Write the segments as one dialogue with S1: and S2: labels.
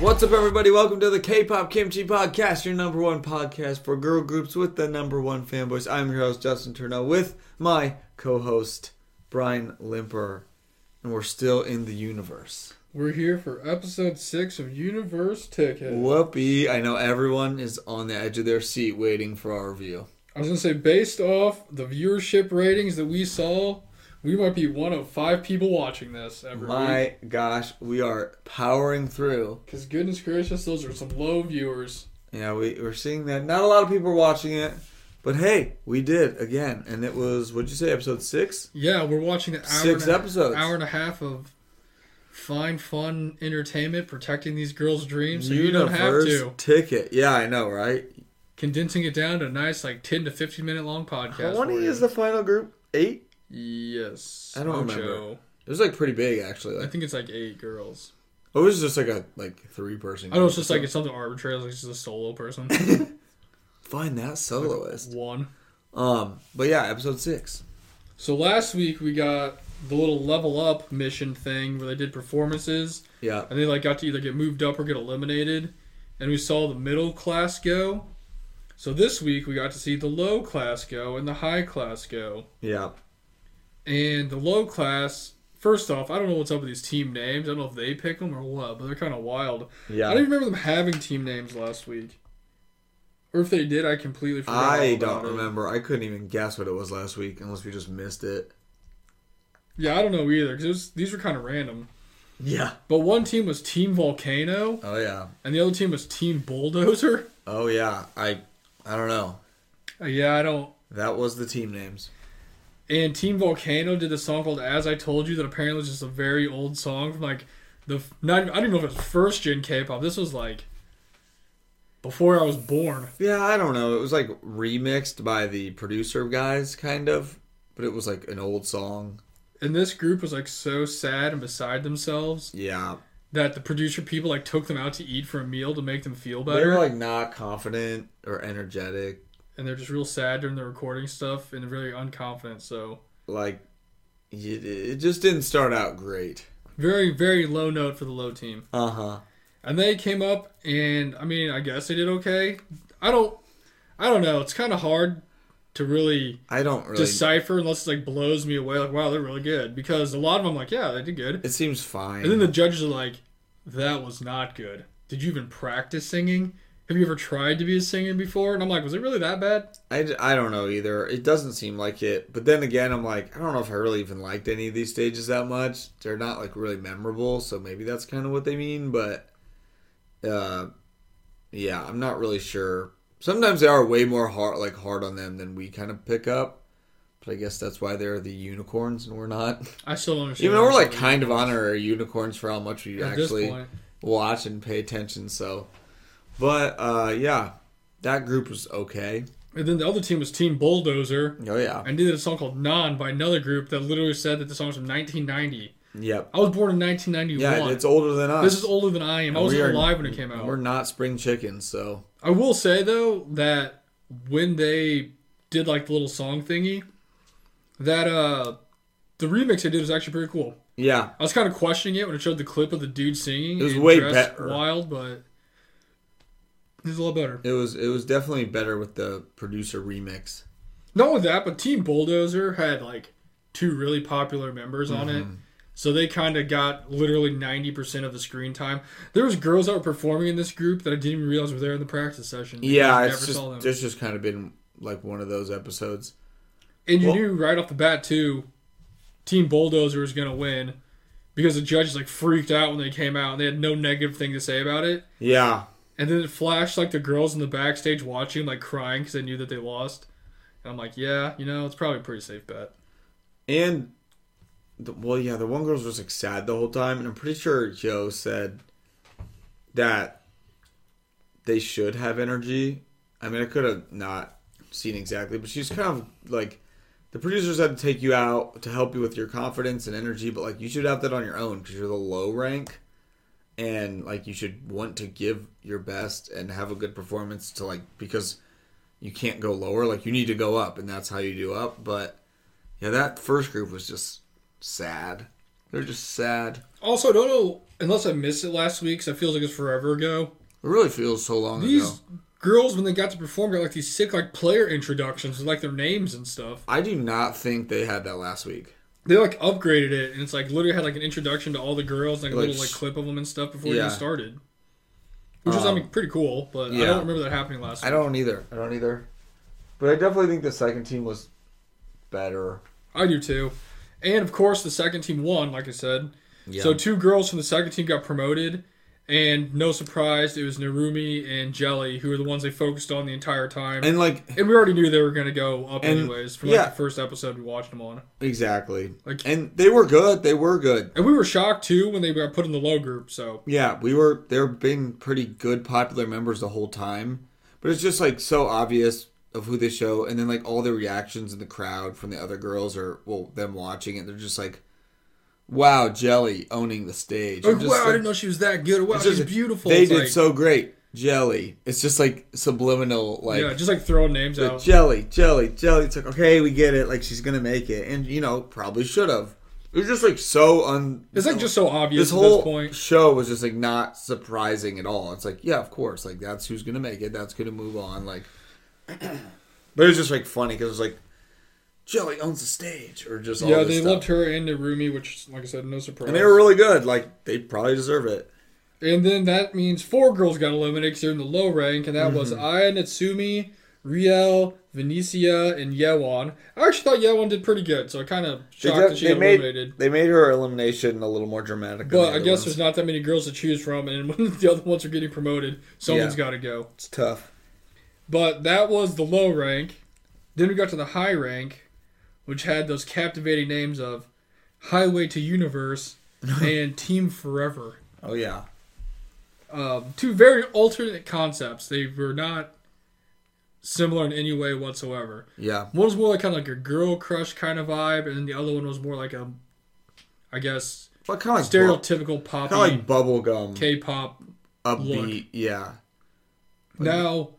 S1: What's up, everybody? Welcome to the K-pop Kimchi Podcast, your number one podcast for girl groups with the number one fanboys. I'm your host Justin Turneau with my co-host Brian Limper, and we're still in the universe.
S2: We're here for episode six of Universe Ticket.
S1: Whoopee! I know everyone is on the edge of their seat waiting for our review.
S2: I was gonna say, based off the viewership ratings that we saw, we might be one of five people watching this every week.
S1: My gosh, we are powering through.
S2: Because goodness gracious, those are some low viewers.
S1: Yeah, we, we're seeing that. Not a lot of people are watching it, but hey, we did again, and it was what'd you say, episode six?
S2: Yeah, we're watching an hour
S1: Six
S2: and a,
S1: episodes.
S2: hour and a half of fine, fun entertainment, protecting these girls' dreams, so you don't have
S1: Universe
S2: to.
S1: ticket. Yeah, I know, right?
S2: Condensing it down to a nice, like ten to fifteen minute long podcast.
S1: How many
S2: for you.
S1: is the final group? Eight.
S2: yes?
S1: I don't
S2: Ocho.
S1: remember. It was like pretty big actually.
S2: I
S1: Like oh,
S2: think it's like eight girls.
S1: it was just like a like three person.
S2: I know it's just like it's something arbitrary. Like it's just a solo person.
S1: find that soloist.
S2: One.
S1: Um, but yeah, episode six.
S2: So last week we got the little level up mission thing where they did performances
S1: Yeah,
S2: and they like got to either get moved up or get eliminated, and we saw the middle class go. So this week we got to see the low class go and the high class go.
S1: yeah.
S2: And the low class, first off, I don't know what's up with these team names. I don't know if they pick them or what, but they're kind of wild. I
S1: Yeah.
S2: don't even remember them having team names last week. Or if they did, I completely forgot. all
S1: I
S2: about
S1: don't
S2: it.
S1: remember. I couldn't even guess what it was last week unless we just missed it.
S2: Yeah, I don't know either because these were kind of random.
S1: Yeah.
S2: But one team was Team Volcano,
S1: Oh yeah.
S2: and the other team was Team Bulldozer.
S1: Oh yeah. I I don't know.
S2: Uh, yeah, I don't.
S1: That was the team names.
S2: And Team Volcano did the song called "As I Told You" that apparently was just a very old song from like the f- not. I don't even know if it was first gen K-pop. This was like before I was born.
S1: Yeah, I don't know. It was like remixed by the producer guys, kind of, but it was like an old song.
S2: And this group was like so sad and beside themselves
S1: Yeah,
S2: that the producer people like took them out to eat for a meal to make them feel
S1: they
S2: better.
S1: were like not confident or energetic.
S2: and they're just real sad during the recording stuff and really unconfident. So
S1: Like, it, it just didn't start out great.
S2: Very, very low note for the low team.
S1: Uh huh.
S2: And they came up and I mean, I guess they did okay. I don't I don't know. It's kinda hard to really,
S1: I don't really.
S2: decipher unless it like blows me away, like, wow, they're really good. Because a lot of them like, yeah, they did good.
S1: it seems fine.
S2: And then the judges are like, That was not good. Did you even practice singing? Have you ever tried to be a singer before? And I'm like, was it really that bad?
S1: I, d- I don't know either. It doesn't seem like it. But then again, I'm like, I don't know if I really even liked any of these stages that much. They're not like really memorable, so maybe that's kind of what they mean. But uh, yeah, I'm not really sure. Sometimes they are way more hard, like hard on them than we kind of pick up. But I guess that's why they're the unicorns and we're not.
S2: I still don't understand.
S1: Even though we're like
S2: At
S1: kind of honorary unicorns for how much we
S2: this
S1: actually
S2: point.
S1: watch and pay attention. So, but uh, yeah, that group was okay.
S2: And then the other team was Team Bulldozer.
S1: Oh yeah,
S2: and they did a song called "Non" by another group that literally said that the song was from 1990.
S1: yep.
S2: I was born in 1991.
S1: Yeah, it's older than us.
S2: this is older than I am. I
S1: And
S2: wasn't
S1: we are-
S2: alive when it came
S1: We're
S2: out.
S1: not spring chickens, so
S2: I will say though that when they did like the little song thingy, that uh, the remix they did was actually pretty cool.
S1: yeah,
S2: I was kind of questioning it when it showed the clip of the dude singing.
S1: It was
S2: and
S1: way
S2: dressed
S1: better.
S2: Wild, but it was a lot better.
S1: it was it was definitely better with the producer remix.
S2: Not only that, but Team Bulldozer had like two really popular members on
S1: Mm-hmm.
S2: it. So they kind of got literally 90% of the screen time. There was girls that were performing in this group that I didn't even realize were there in the practice session. because
S1: Yeah,
S2: I
S1: it's just
S2: them.
S1: it's just kind of been like one of those episodes.
S2: and you
S1: well-
S2: knew right off the bat too, Team Bulldozer was going to win because the judges like freaked out when they came out and they had no negative thing to say about it.
S1: Yeah,
S2: And then it flashed like the girls in the backstage watching like crying because they knew that they lost. And I'm like, yeah, you know, it's probably a pretty safe bet.
S1: and the, well, yeah, the one girl was just like sad the whole time, and I'm pretty sure Joe said that they should have energy. I mean, I could have not seen exactly, but she's kind of like the producers had to take you out to help you with your confidence and energy, but like you should have that on your own because you're the low rank, and like you should want to give your best and have a good performance to like because you can't go lower. Like you need to go up, and that's how you do up. But yeah, that first group was just sad. They're just sad.
S2: Also, I don't know unless I missed it last week, 'cause it feels like it's forever ago.
S1: It really feels so long ago.
S2: These girls, when they got to perform, got like these sick like player introductions with like their names and stuff.
S1: I do not think they had that last week.
S2: They like upgraded it, and it's like literally had like an introduction to all the girls, like a
S1: Like,
S2: little like clip of them and stuff before it
S1: yeah.
S2: even started. Which was I
S1: Um,
S2: mean pretty cool, but I
S1: yeah.
S2: don't remember that happening last.
S1: I
S2: week.
S1: don't either. I don't either. But I definitely think the second team was better.
S2: I do too. And of course, the second team won, like I said.
S1: Yeah.
S2: So two girls from the second team got promoted, and no surprise, it was Narumi and Jelly who were the ones they focused on the entire time. And,
S1: and like
S2: we already knew they were going to go up
S1: And-
S2: anyways from like
S1: yeah.
S2: the first episode we watched them on.
S1: exactly.
S2: Like-
S1: and they were good. They were good.
S2: And we were shocked too when they got put in the low group. So
S1: Yeah, we were. They're been pretty good, popular members the whole time. But it's just like so obvious of who they show, and then like all the reactions in the crowd from the other girls or well them watching it. They're just like, "Wow, Jelly owning the stage." I'm
S2: like, wow,
S1: just
S2: I
S1: like-
S2: didn't know she was that good. Wow,
S1: it's
S2: she's
S1: just-
S2: beautiful.
S1: They
S2: It's
S1: did
S2: like-
S1: so great, Jelly. It's just like subliminal, like
S2: yeah, just uh, like throwing names
S1: the
S2: out.
S1: jelly, jelly, jelly. It's like, okay, we get it. Like she's gonna make it, and you know, probably should have. It was just like so un.
S2: It's like just so obvious
S1: this
S2: at
S1: whole
S2: this point.
S1: show was just like not surprising at all. It's like, yeah, of course, like that's who's gonna make it. That's gonna move on. Like, but it was just like funny because it was like, jelly owns the stage, or just all
S2: Yeah,
S1: this
S2: they
S1: stuff.
S2: loved her and Narumi, which, like I said, no surprise.
S1: and they were really good. Like they probably deserve it.
S2: And then that means four girls got eliminated because they're in the low rank, and that was Aya Natsumi, Riel, Venecia, and Yeon. I actually thought Yeon did pretty good, so I kind of
S1: They,
S2: shocked
S1: def-
S2: that she
S1: they
S2: got
S1: made
S2: eliminated.
S1: they made her elimination a little more dramatic. than
S2: But
S1: the
S2: I
S1: other
S2: guess
S1: ones.
S2: there's not that many girls to choose from, and when the other ones are getting promoted, someone's
S1: Yeah.
S2: got to go.
S1: it's tough.
S2: But that was the low rank. Then we got to the high rank, which had those captivating names of Highway to Universe and Team Forever.
S1: Oh yeah,
S2: um, two very alternate concepts. They were not similar in any way whatsoever.
S1: yeah.
S2: One was more like kind of like a girl crush kind of vibe, and then the other one was more like a, I guess,
S1: But kind of like bu-
S2: stereotypical poppy
S1: kind of like bubblegum
S2: K-pop.
S1: upbeat. Yeah,
S2: Now,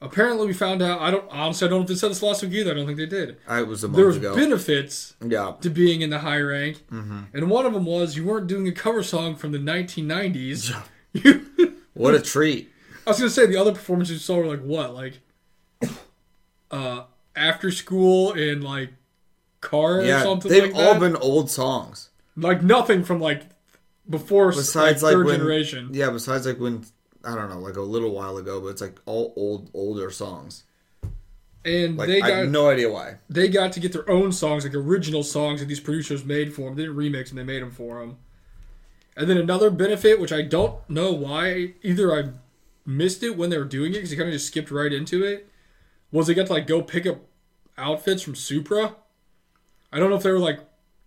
S2: apparently, we found out. I don't honestly. I don't know if they said this last week either. I don't think they did.
S1: I was a month
S2: There was
S1: ago. Mm-hmm.
S2: benefits
S1: yeah,
S2: to being in the high rank, and one of them was you weren't doing a cover song from the 1990s.
S1: Yeah.
S2: You
S1: what a treat.
S2: I was gonna say the other performances you saw were like what, like uh after school and like car or
S1: Yeah,
S2: something
S1: they've
S2: like
S1: all
S2: that.
S1: been old songs.
S2: like nothing from like before
S1: Besides,
S2: besides
S1: like,
S2: third
S1: when-
S2: generation.
S1: Yeah, besides like when I don't know, like a little while ago, but it's like all old, older songs.
S2: And
S1: Like
S2: they
S1: I
S2: got
S1: have no idea why.
S2: they got to get their own songs, like original songs that these producers made for them. They didn't remix them; they made them for them. And then another benefit, which I don't know why either, I missed it when they were doing it because they kind of just skipped right into it. Was they got to like go pick up outfits from Supra? I don't know if they were like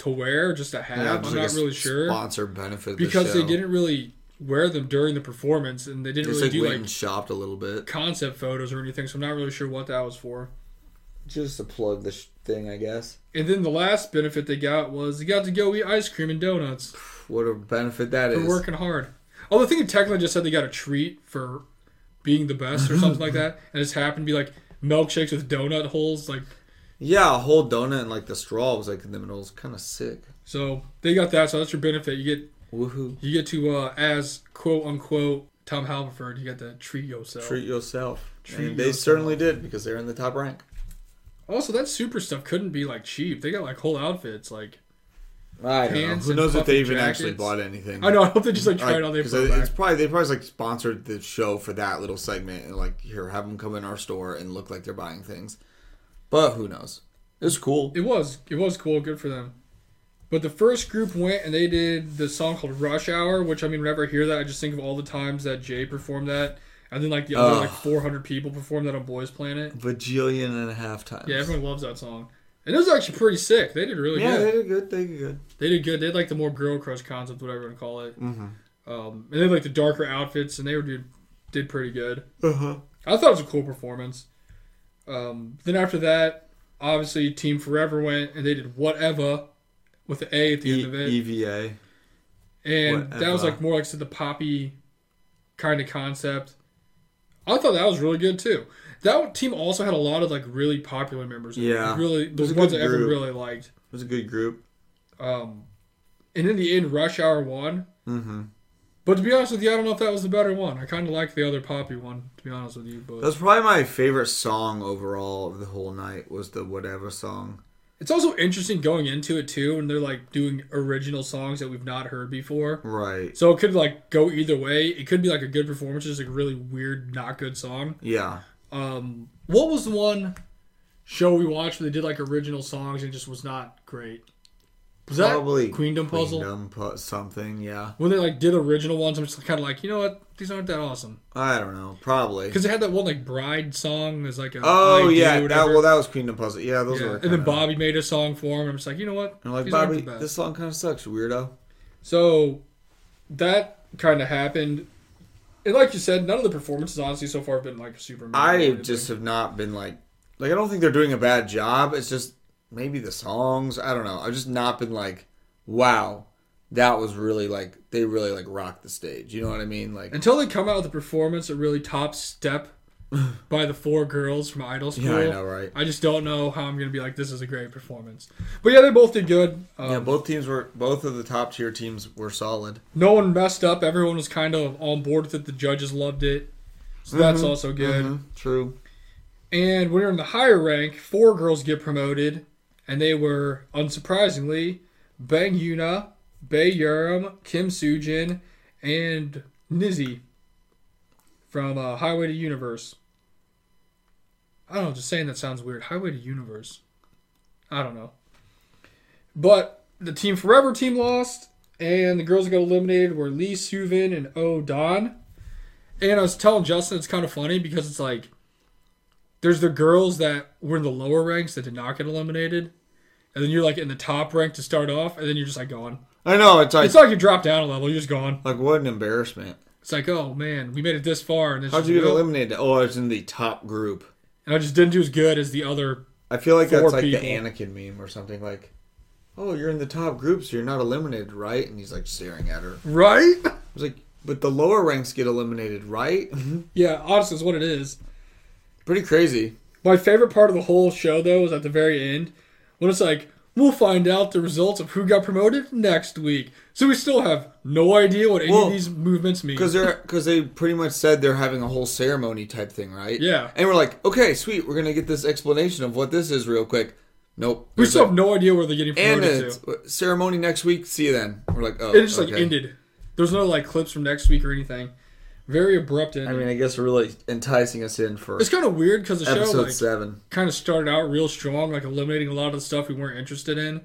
S2: to wear, just to have.
S1: Yeah,
S2: I'm
S1: just
S2: not
S1: like a
S2: really
S1: s-
S2: sure
S1: Sponsor benefit of the
S2: because they
S1: show.
S2: didn't really wear them during the performance, and they didn't
S1: Just
S2: really
S1: like
S2: do
S1: went
S2: like
S1: and shopped a little bit.
S2: concept photos or anything. So I'm not really sure what that was for.
S1: Just to plug this thing, I guess.
S2: And then the last benefit they got was they got to go eat ice cream and donuts
S1: What a benefit that
S2: for
S1: is.
S2: working hard. Although I think technically just said they got a treat for being the best
S1: Mm-hmm.
S2: or something like that, and it's happened to be like milkshakes with donut holes. Like
S1: Yeah, a whole donut and like the straw was like in the middle. It's kind of sick.
S2: so they got that. So that's your benefit. You get
S1: Woohoo!
S2: you get to uh, as quote unquote Tom Halverford. You got to treat yourself.
S1: Treat yourself.
S2: Treat
S1: and they
S2: yourself.
S1: certainly did because they're in the top rank.
S2: Also, that super stuff couldn't be like cheap. They got like whole outfits. Like
S1: I don't know.
S2: Pants
S1: Who
S2: and
S1: knows if they
S2: puffy
S1: even actually
S2: jackets.
S1: bought anything?
S2: I know. I hope they just like tried
S1: Like,
S2: on their.
S1: 'cause it's probably they probably like sponsored the show for that little segment and like here have them come in our store and look like they're buying things. But who knows? It's cool.
S2: It was. It was cool. Good for them. But the first group went and they did the song called Rush Hour, which I mean, whenever I hear that, I just think of all the times that Jay performed that, and then like the other
S1: Ugh.
S2: like 400 people performed that on Boys Planet.
S1: Bajillion and a half times.
S2: Yeah, everyone loves that song, and it was actually pretty sick. They did really
S1: Yeah,
S2: good.
S1: they did good. They did good.
S2: They did good. They had like the more girl crush concept, whatever you want to call it.
S1: Mm-hmm.
S2: Um, and they had like the darker outfits, and they were did, did pretty good.
S1: Uh huh.
S2: I thought it was a cool performance. Um, then after that, obviously Team Forever went and they did whatever with the A at the
S1: E,
S2: end of it,
S1: EVA.
S2: and that was
S1: Whatever.
S2: like more like so the poppy kind of concept. I thought that was really good too. That team also had a lot of like really popular members. in it.
S1: Yeah.
S2: really
S1: was
S2: the
S1: a
S2: ones
S1: good
S2: that everyone
S1: group.
S2: really liked.
S1: It was a good group.
S2: Um, and in the end, Rush Hour won.
S1: Mm-hmm.
S2: But to be honest with you, I don't know if that was the better one. I kind of like the other poppy one, to be honest with you. But
S1: That's probably my favorite song overall of the whole night was the whatever song.
S2: it's also interesting going into it too, and they're like doing original songs that we've not heard before.
S1: Right.
S2: So it could like go either way. It could be like a good performance, just like a really weird, not good song.
S1: Yeah.
S2: Um, what was the one show we watched where they did like original songs and it just was not great? Was that
S1: probably
S2: Queendom Puzzle?
S1: Queendom pu- something. Yeah.
S2: When they like did original ones, I'm just kind of like, you know what? These aren't that awesome.
S1: I don't know. Probably.
S2: Because they had that one like bride song as like a
S1: Oh
S2: I Do,
S1: yeah. That,
S2: whatever.
S1: well, that was Queendom Puzzle. Yeah, those
S2: Yeah.
S1: were.
S2: And then
S1: kinda-
S2: Bobby made a song for him. And I'm just like, you know what?
S1: And I'm like
S2: These aren't
S1: Bobby,
S2: the best."
S1: this song kind of sucks, you weirdo.
S2: So that kind of happened. And like you said, none of the performances honestly so far have been like super.
S1: I
S2: memorable or
S1: just have not been like, like I don't think they're doing a bad job. It's just maybe the songs. I don't know. I've just not been like, wow, that was really like they really like rocked the stage. You know what I mean? Like,
S2: until they come out with a performance that really tops step by the four girls from idol school
S1: yeah, I know, right?
S2: I just don't know how i'm gonna be like this is a great performance but yeah they both did good um,
S1: yeah, both teams were both of the top tier teams were solid.
S2: no one messed up everyone was kind of on board with it the judges loved it so that's
S1: Mhm,
S2: also good
S1: Mhm, True.
S2: and when you're in the higher rank four girls get promoted and they were unsurprisingly bang yuna Bae Urim, kim sujin and nizzy from uh, highway to universe I don't know, just saying that sounds weird. Highway to Universe. I don't know. But the Team Forever team lost, and the girls that got eliminated were Lee Suvin and O Don. And I was telling Justin it's kind of funny because it's like there's the girls that were in the lower ranks that did not get eliminated. And then you're like in the top rank to start off, and then you're just like gone.
S1: I know it's like
S2: It's not like you drop down a level, you're just gone.
S1: like what an embarrassment.
S2: It's like, oh man, we made it this far, and, it's
S1: How'd
S2: just,
S1: you get
S2: nope.
S1: eliminated? Oh, I was in the top group.
S2: and I just didn't do as good as the other.
S1: I feel like
S2: Four
S1: that's like the
S2: people.
S1: Anakin meme or something like, "Oh, you're in the top group, so you're not eliminated, right?" And he's like staring at her. I
S2: Right?
S1: was like, "But the lower ranks get eliminated, right?"
S2: yeah, honestly, is what it is.
S1: Pretty crazy.
S2: My favorite part of the whole show, though, was at the very end when it's like, we'll find out the results of who got promoted next week. So we still have no idea what any
S1: Well,
S2: of these movements mean.
S1: Because they're because they pretty much said they're having a whole ceremony type thing, right?
S2: Yeah.
S1: And we're like, okay, sweet, we're gonna get this explanation of what this is real quick. Nope.
S2: we
S1: There's
S2: still
S1: a-
S2: have no idea where they're getting
S1: and
S2: promoted
S1: it's
S2: to.
S1: ceremony next week. See you then. We're like, oh,
S2: It just like
S1: okay.
S2: ended. There's no like clips from next week or anything. Very abrupt ending.
S1: I mean, I guess really enticing us in for
S2: it's kind of weird because the show
S1: episode
S2: like
S1: seven.
S2: kind of started out real strong, like eliminating a lot of the stuff we weren't interested in,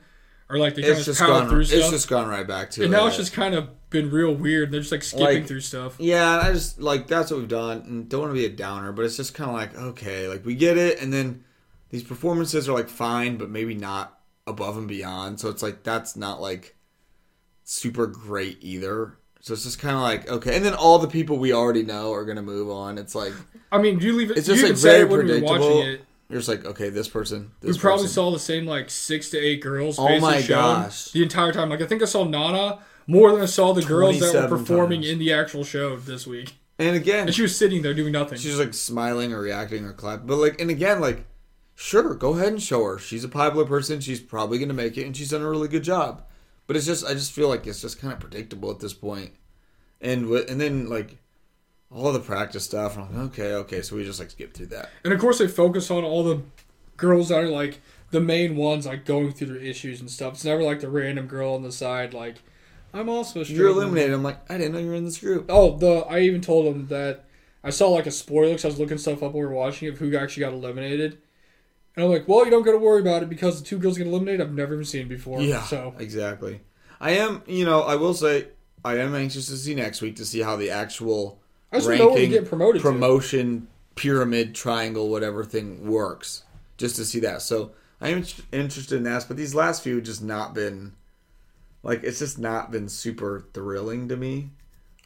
S2: or like they kind
S1: It's
S2: of
S1: just
S2: powered
S1: gone.
S2: through
S1: It's
S2: stuff.
S1: just gone right back to.
S2: and now
S1: it.
S2: it's just kind of been real weird. They're just like skipping
S1: Like-
S2: through stuff.
S1: Yeah, and I just like that's what we've done, and don't want to be a downer, but it's just kind of like okay, like we get it, and then these performances are like fine, but maybe not above and beyond. So it's like that's not like super great either. So it's just kind of like okay, and then all the people we already know are gonna move on. It's like
S2: I mean, you leave it.
S1: it's just
S2: you
S1: like
S2: can say
S1: very
S2: it when we were
S1: predictable.
S2: watching it.
S1: You're just like okay, this person,
S2: We
S1: this
S2: probably
S1: person.
S2: saw the same like six to eight girls.
S1: Oh
S2: faces
S1: my
S2: shown
S1: gosh.
S2: The entire time, like I think I saw Nana more than I saw the girls that were
S1: 27
S2: performing
S1: times.
S2: in the actual show this week,
S1: and again,
S2: and she was sitting there doing nothing.
S1: she's like smiling or reacting or clapping. But like, and again, like, sure, go ahead and show her. She's a popular person. She's probably going to make it, and she's done a really good job. But it's just, I just feel like it's just kind of predictable at this point. And wi- and then like all the practice stuff. I'm like, okay, okay. So we just like skip through that.
S2: And of course, they focus on all the girls that are like the main ones, like going through their issues and stuff. It's never like the random girl on the side, like I'm also. a
S1: You're
S2: straight woman."
S1: eliminated. I'm like, I didn't know you were in this group.
S2: Oh, the I even told him that I saw like a spoiler because I was looking stuff up while we were watching it of who actually got eliminated. And I'm like, well, you don't got to worry about it because the two girls get eliminated I've never even seen before.
S1: Yeah,
S2: So
S1: exactly. I am, you know, I will say, I am anxious to see next week to see how the actual
S2: I just don't know where they get promoted. to.
S1: promotion pyramid triangle whatever thing works just to see that so i'm in- interested in that but these last few just not been like it's just not been super thrilling to me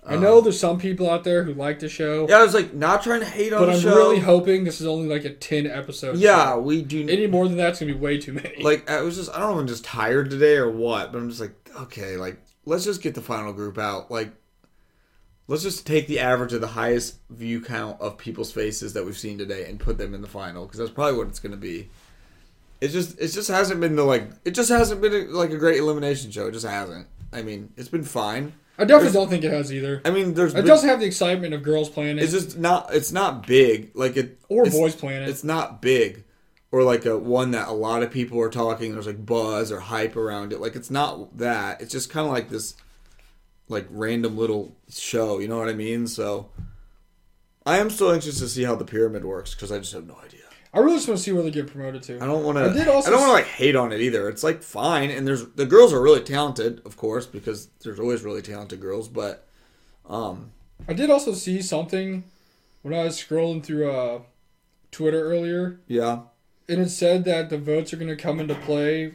S2: I know there's some people out there who like the show,
S1: Uh, yeah i was like not trying to hate on
S2: but
S1: the
S2: I'm
S1: show
S2: really hoping this is only like a ten episode.
S1: yeah
S2: show.
S1: we do
S2: Any more than that's gonna be way too many.
S1: like i was just i don't know if i'm just tired today or what but i'm just like okay like let's just get the final group out like let's just take the average of the highest view count of people's faces that we've seen today and put them in the final because that's probably what it's going to be it just it just hasn't been the like it just hasn't been like a great elimination show it just hasn't I mean, it's been fine.
S2: I definitely don't think it has either.
S1: I mean, there's
S2: It
S1: been-
S2: doesn't have the excitement of girls playing it
S1: it's just not it's not big like it
S2: or
S1: it's,
S2: boys playing it.
S1: It's not big or like a one that a lot of people are talking. There's like buzz or hype around it. Like it's not that. It's just kind of like this like random little show. You know what I mean? So I am still anxious to see how the pyramid works because I just have no idea.
S2: I really just want to see where they get promoted to.
S1: I don't want to.
S2: I
S1: I,
S2: did also
S1: don't want to
S2: s-
S1: like hate on it either. It's like fine, and there's the girls are really talented, of course, because there's always really talented girls. But um,
S2: I did also see something when I was scrolling through uh, Twitter earlier,
S1: yeah,
S2: and it said that the votes are going to come into play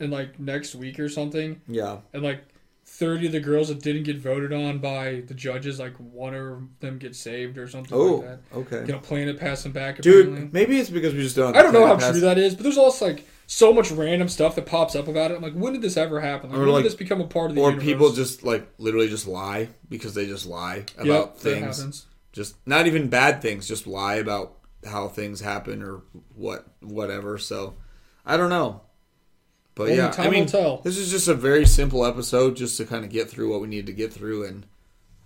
S2: in like next week or something,
S1: yeah,
S2: and like 30 of the girls that didn't get voted on by the judges, like one of them get saved or something
S1: Oh,
S2: like
S1: okay.
S2: that. Gonna plan to pass them back, apparently.
S1: Dude, maybe it's because we just don't.
S2: I don't know how
S1: pass-
S2: true that is, but there's also like so much random stuff that pops up about it. I'm like, when did this ever happen? Like,
S1: Or,
S2: when
S1: like-
S2: did this become a part of the
S1: Or
S2: universe?
S1: people just like literally just lie because they just lie about
S2: Yep, that
S1: things.
S2: happens.
S1: Just not even bad things, just lie about how things happen or what whatever. So I don't know. But
S2: Only
S1: yeah,
S2: time
S1: I mean,
S2: will tell.
S1: this is just a very simple episode just to kind of get through what we need to get through, and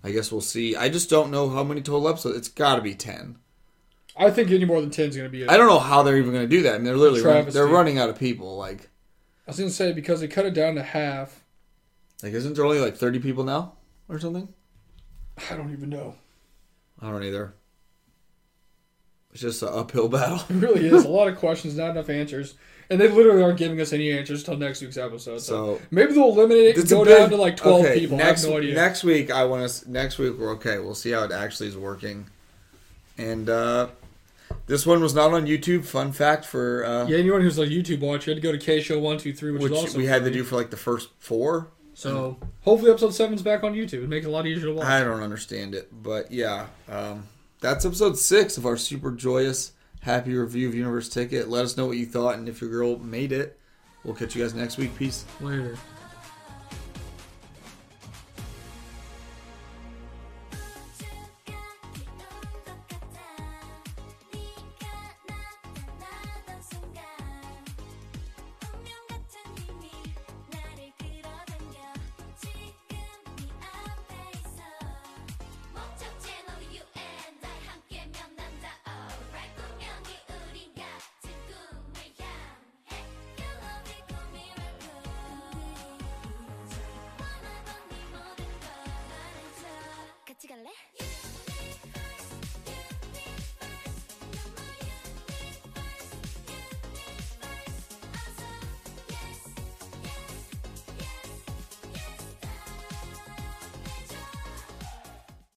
S1: I guess we'll see. I just don't know how many total episodes. It's got to be ten.
S2: I think any more than 10 is gonna be it.
S1: I don't know how they're even going to do that. I mean, they're literally run-
S2: Travesty.
S1: they're running out of people. Like,
S2: I was gonna say because they cut it down to half.
S1: like isn't there only like thirty people now or something?
S2: I don't even know.
S1: I don't either. It's just an uphill battle.
S2: It really is a lot of questions, not enough answers, and they literally aren't giving us any answers till next week's episode. So,
S1: So
S2: maybe they'll eliminate it and
S1: it's a
S2: go
S1: big-
S2: down to like twelve
S1: okay,
S2: people.
S1: Next,
S2: I have no idea.
S1: Next week, I want to. Next week, we're okay. We'll see how it actually is working. And uh, this one was not on YouTube. Fun fact for uh,
S2: yeah, anyone who's a YouTube watch, you had to go to K Show One Two Three, which,
S1: which
S2: is also
S1: we had to
S2: free.
S1: do for like the first four.
S2: So hopefully, episode seven's back on YouTube. It makes it a lot easier to watch.
S1: I don't understand it, but yeah, um, that's episode six of our super joyous, happy review of Universe Ticket. Let us know what you thought and if your girl made it. We'll catch you guys next week. Peace.
S2: Later.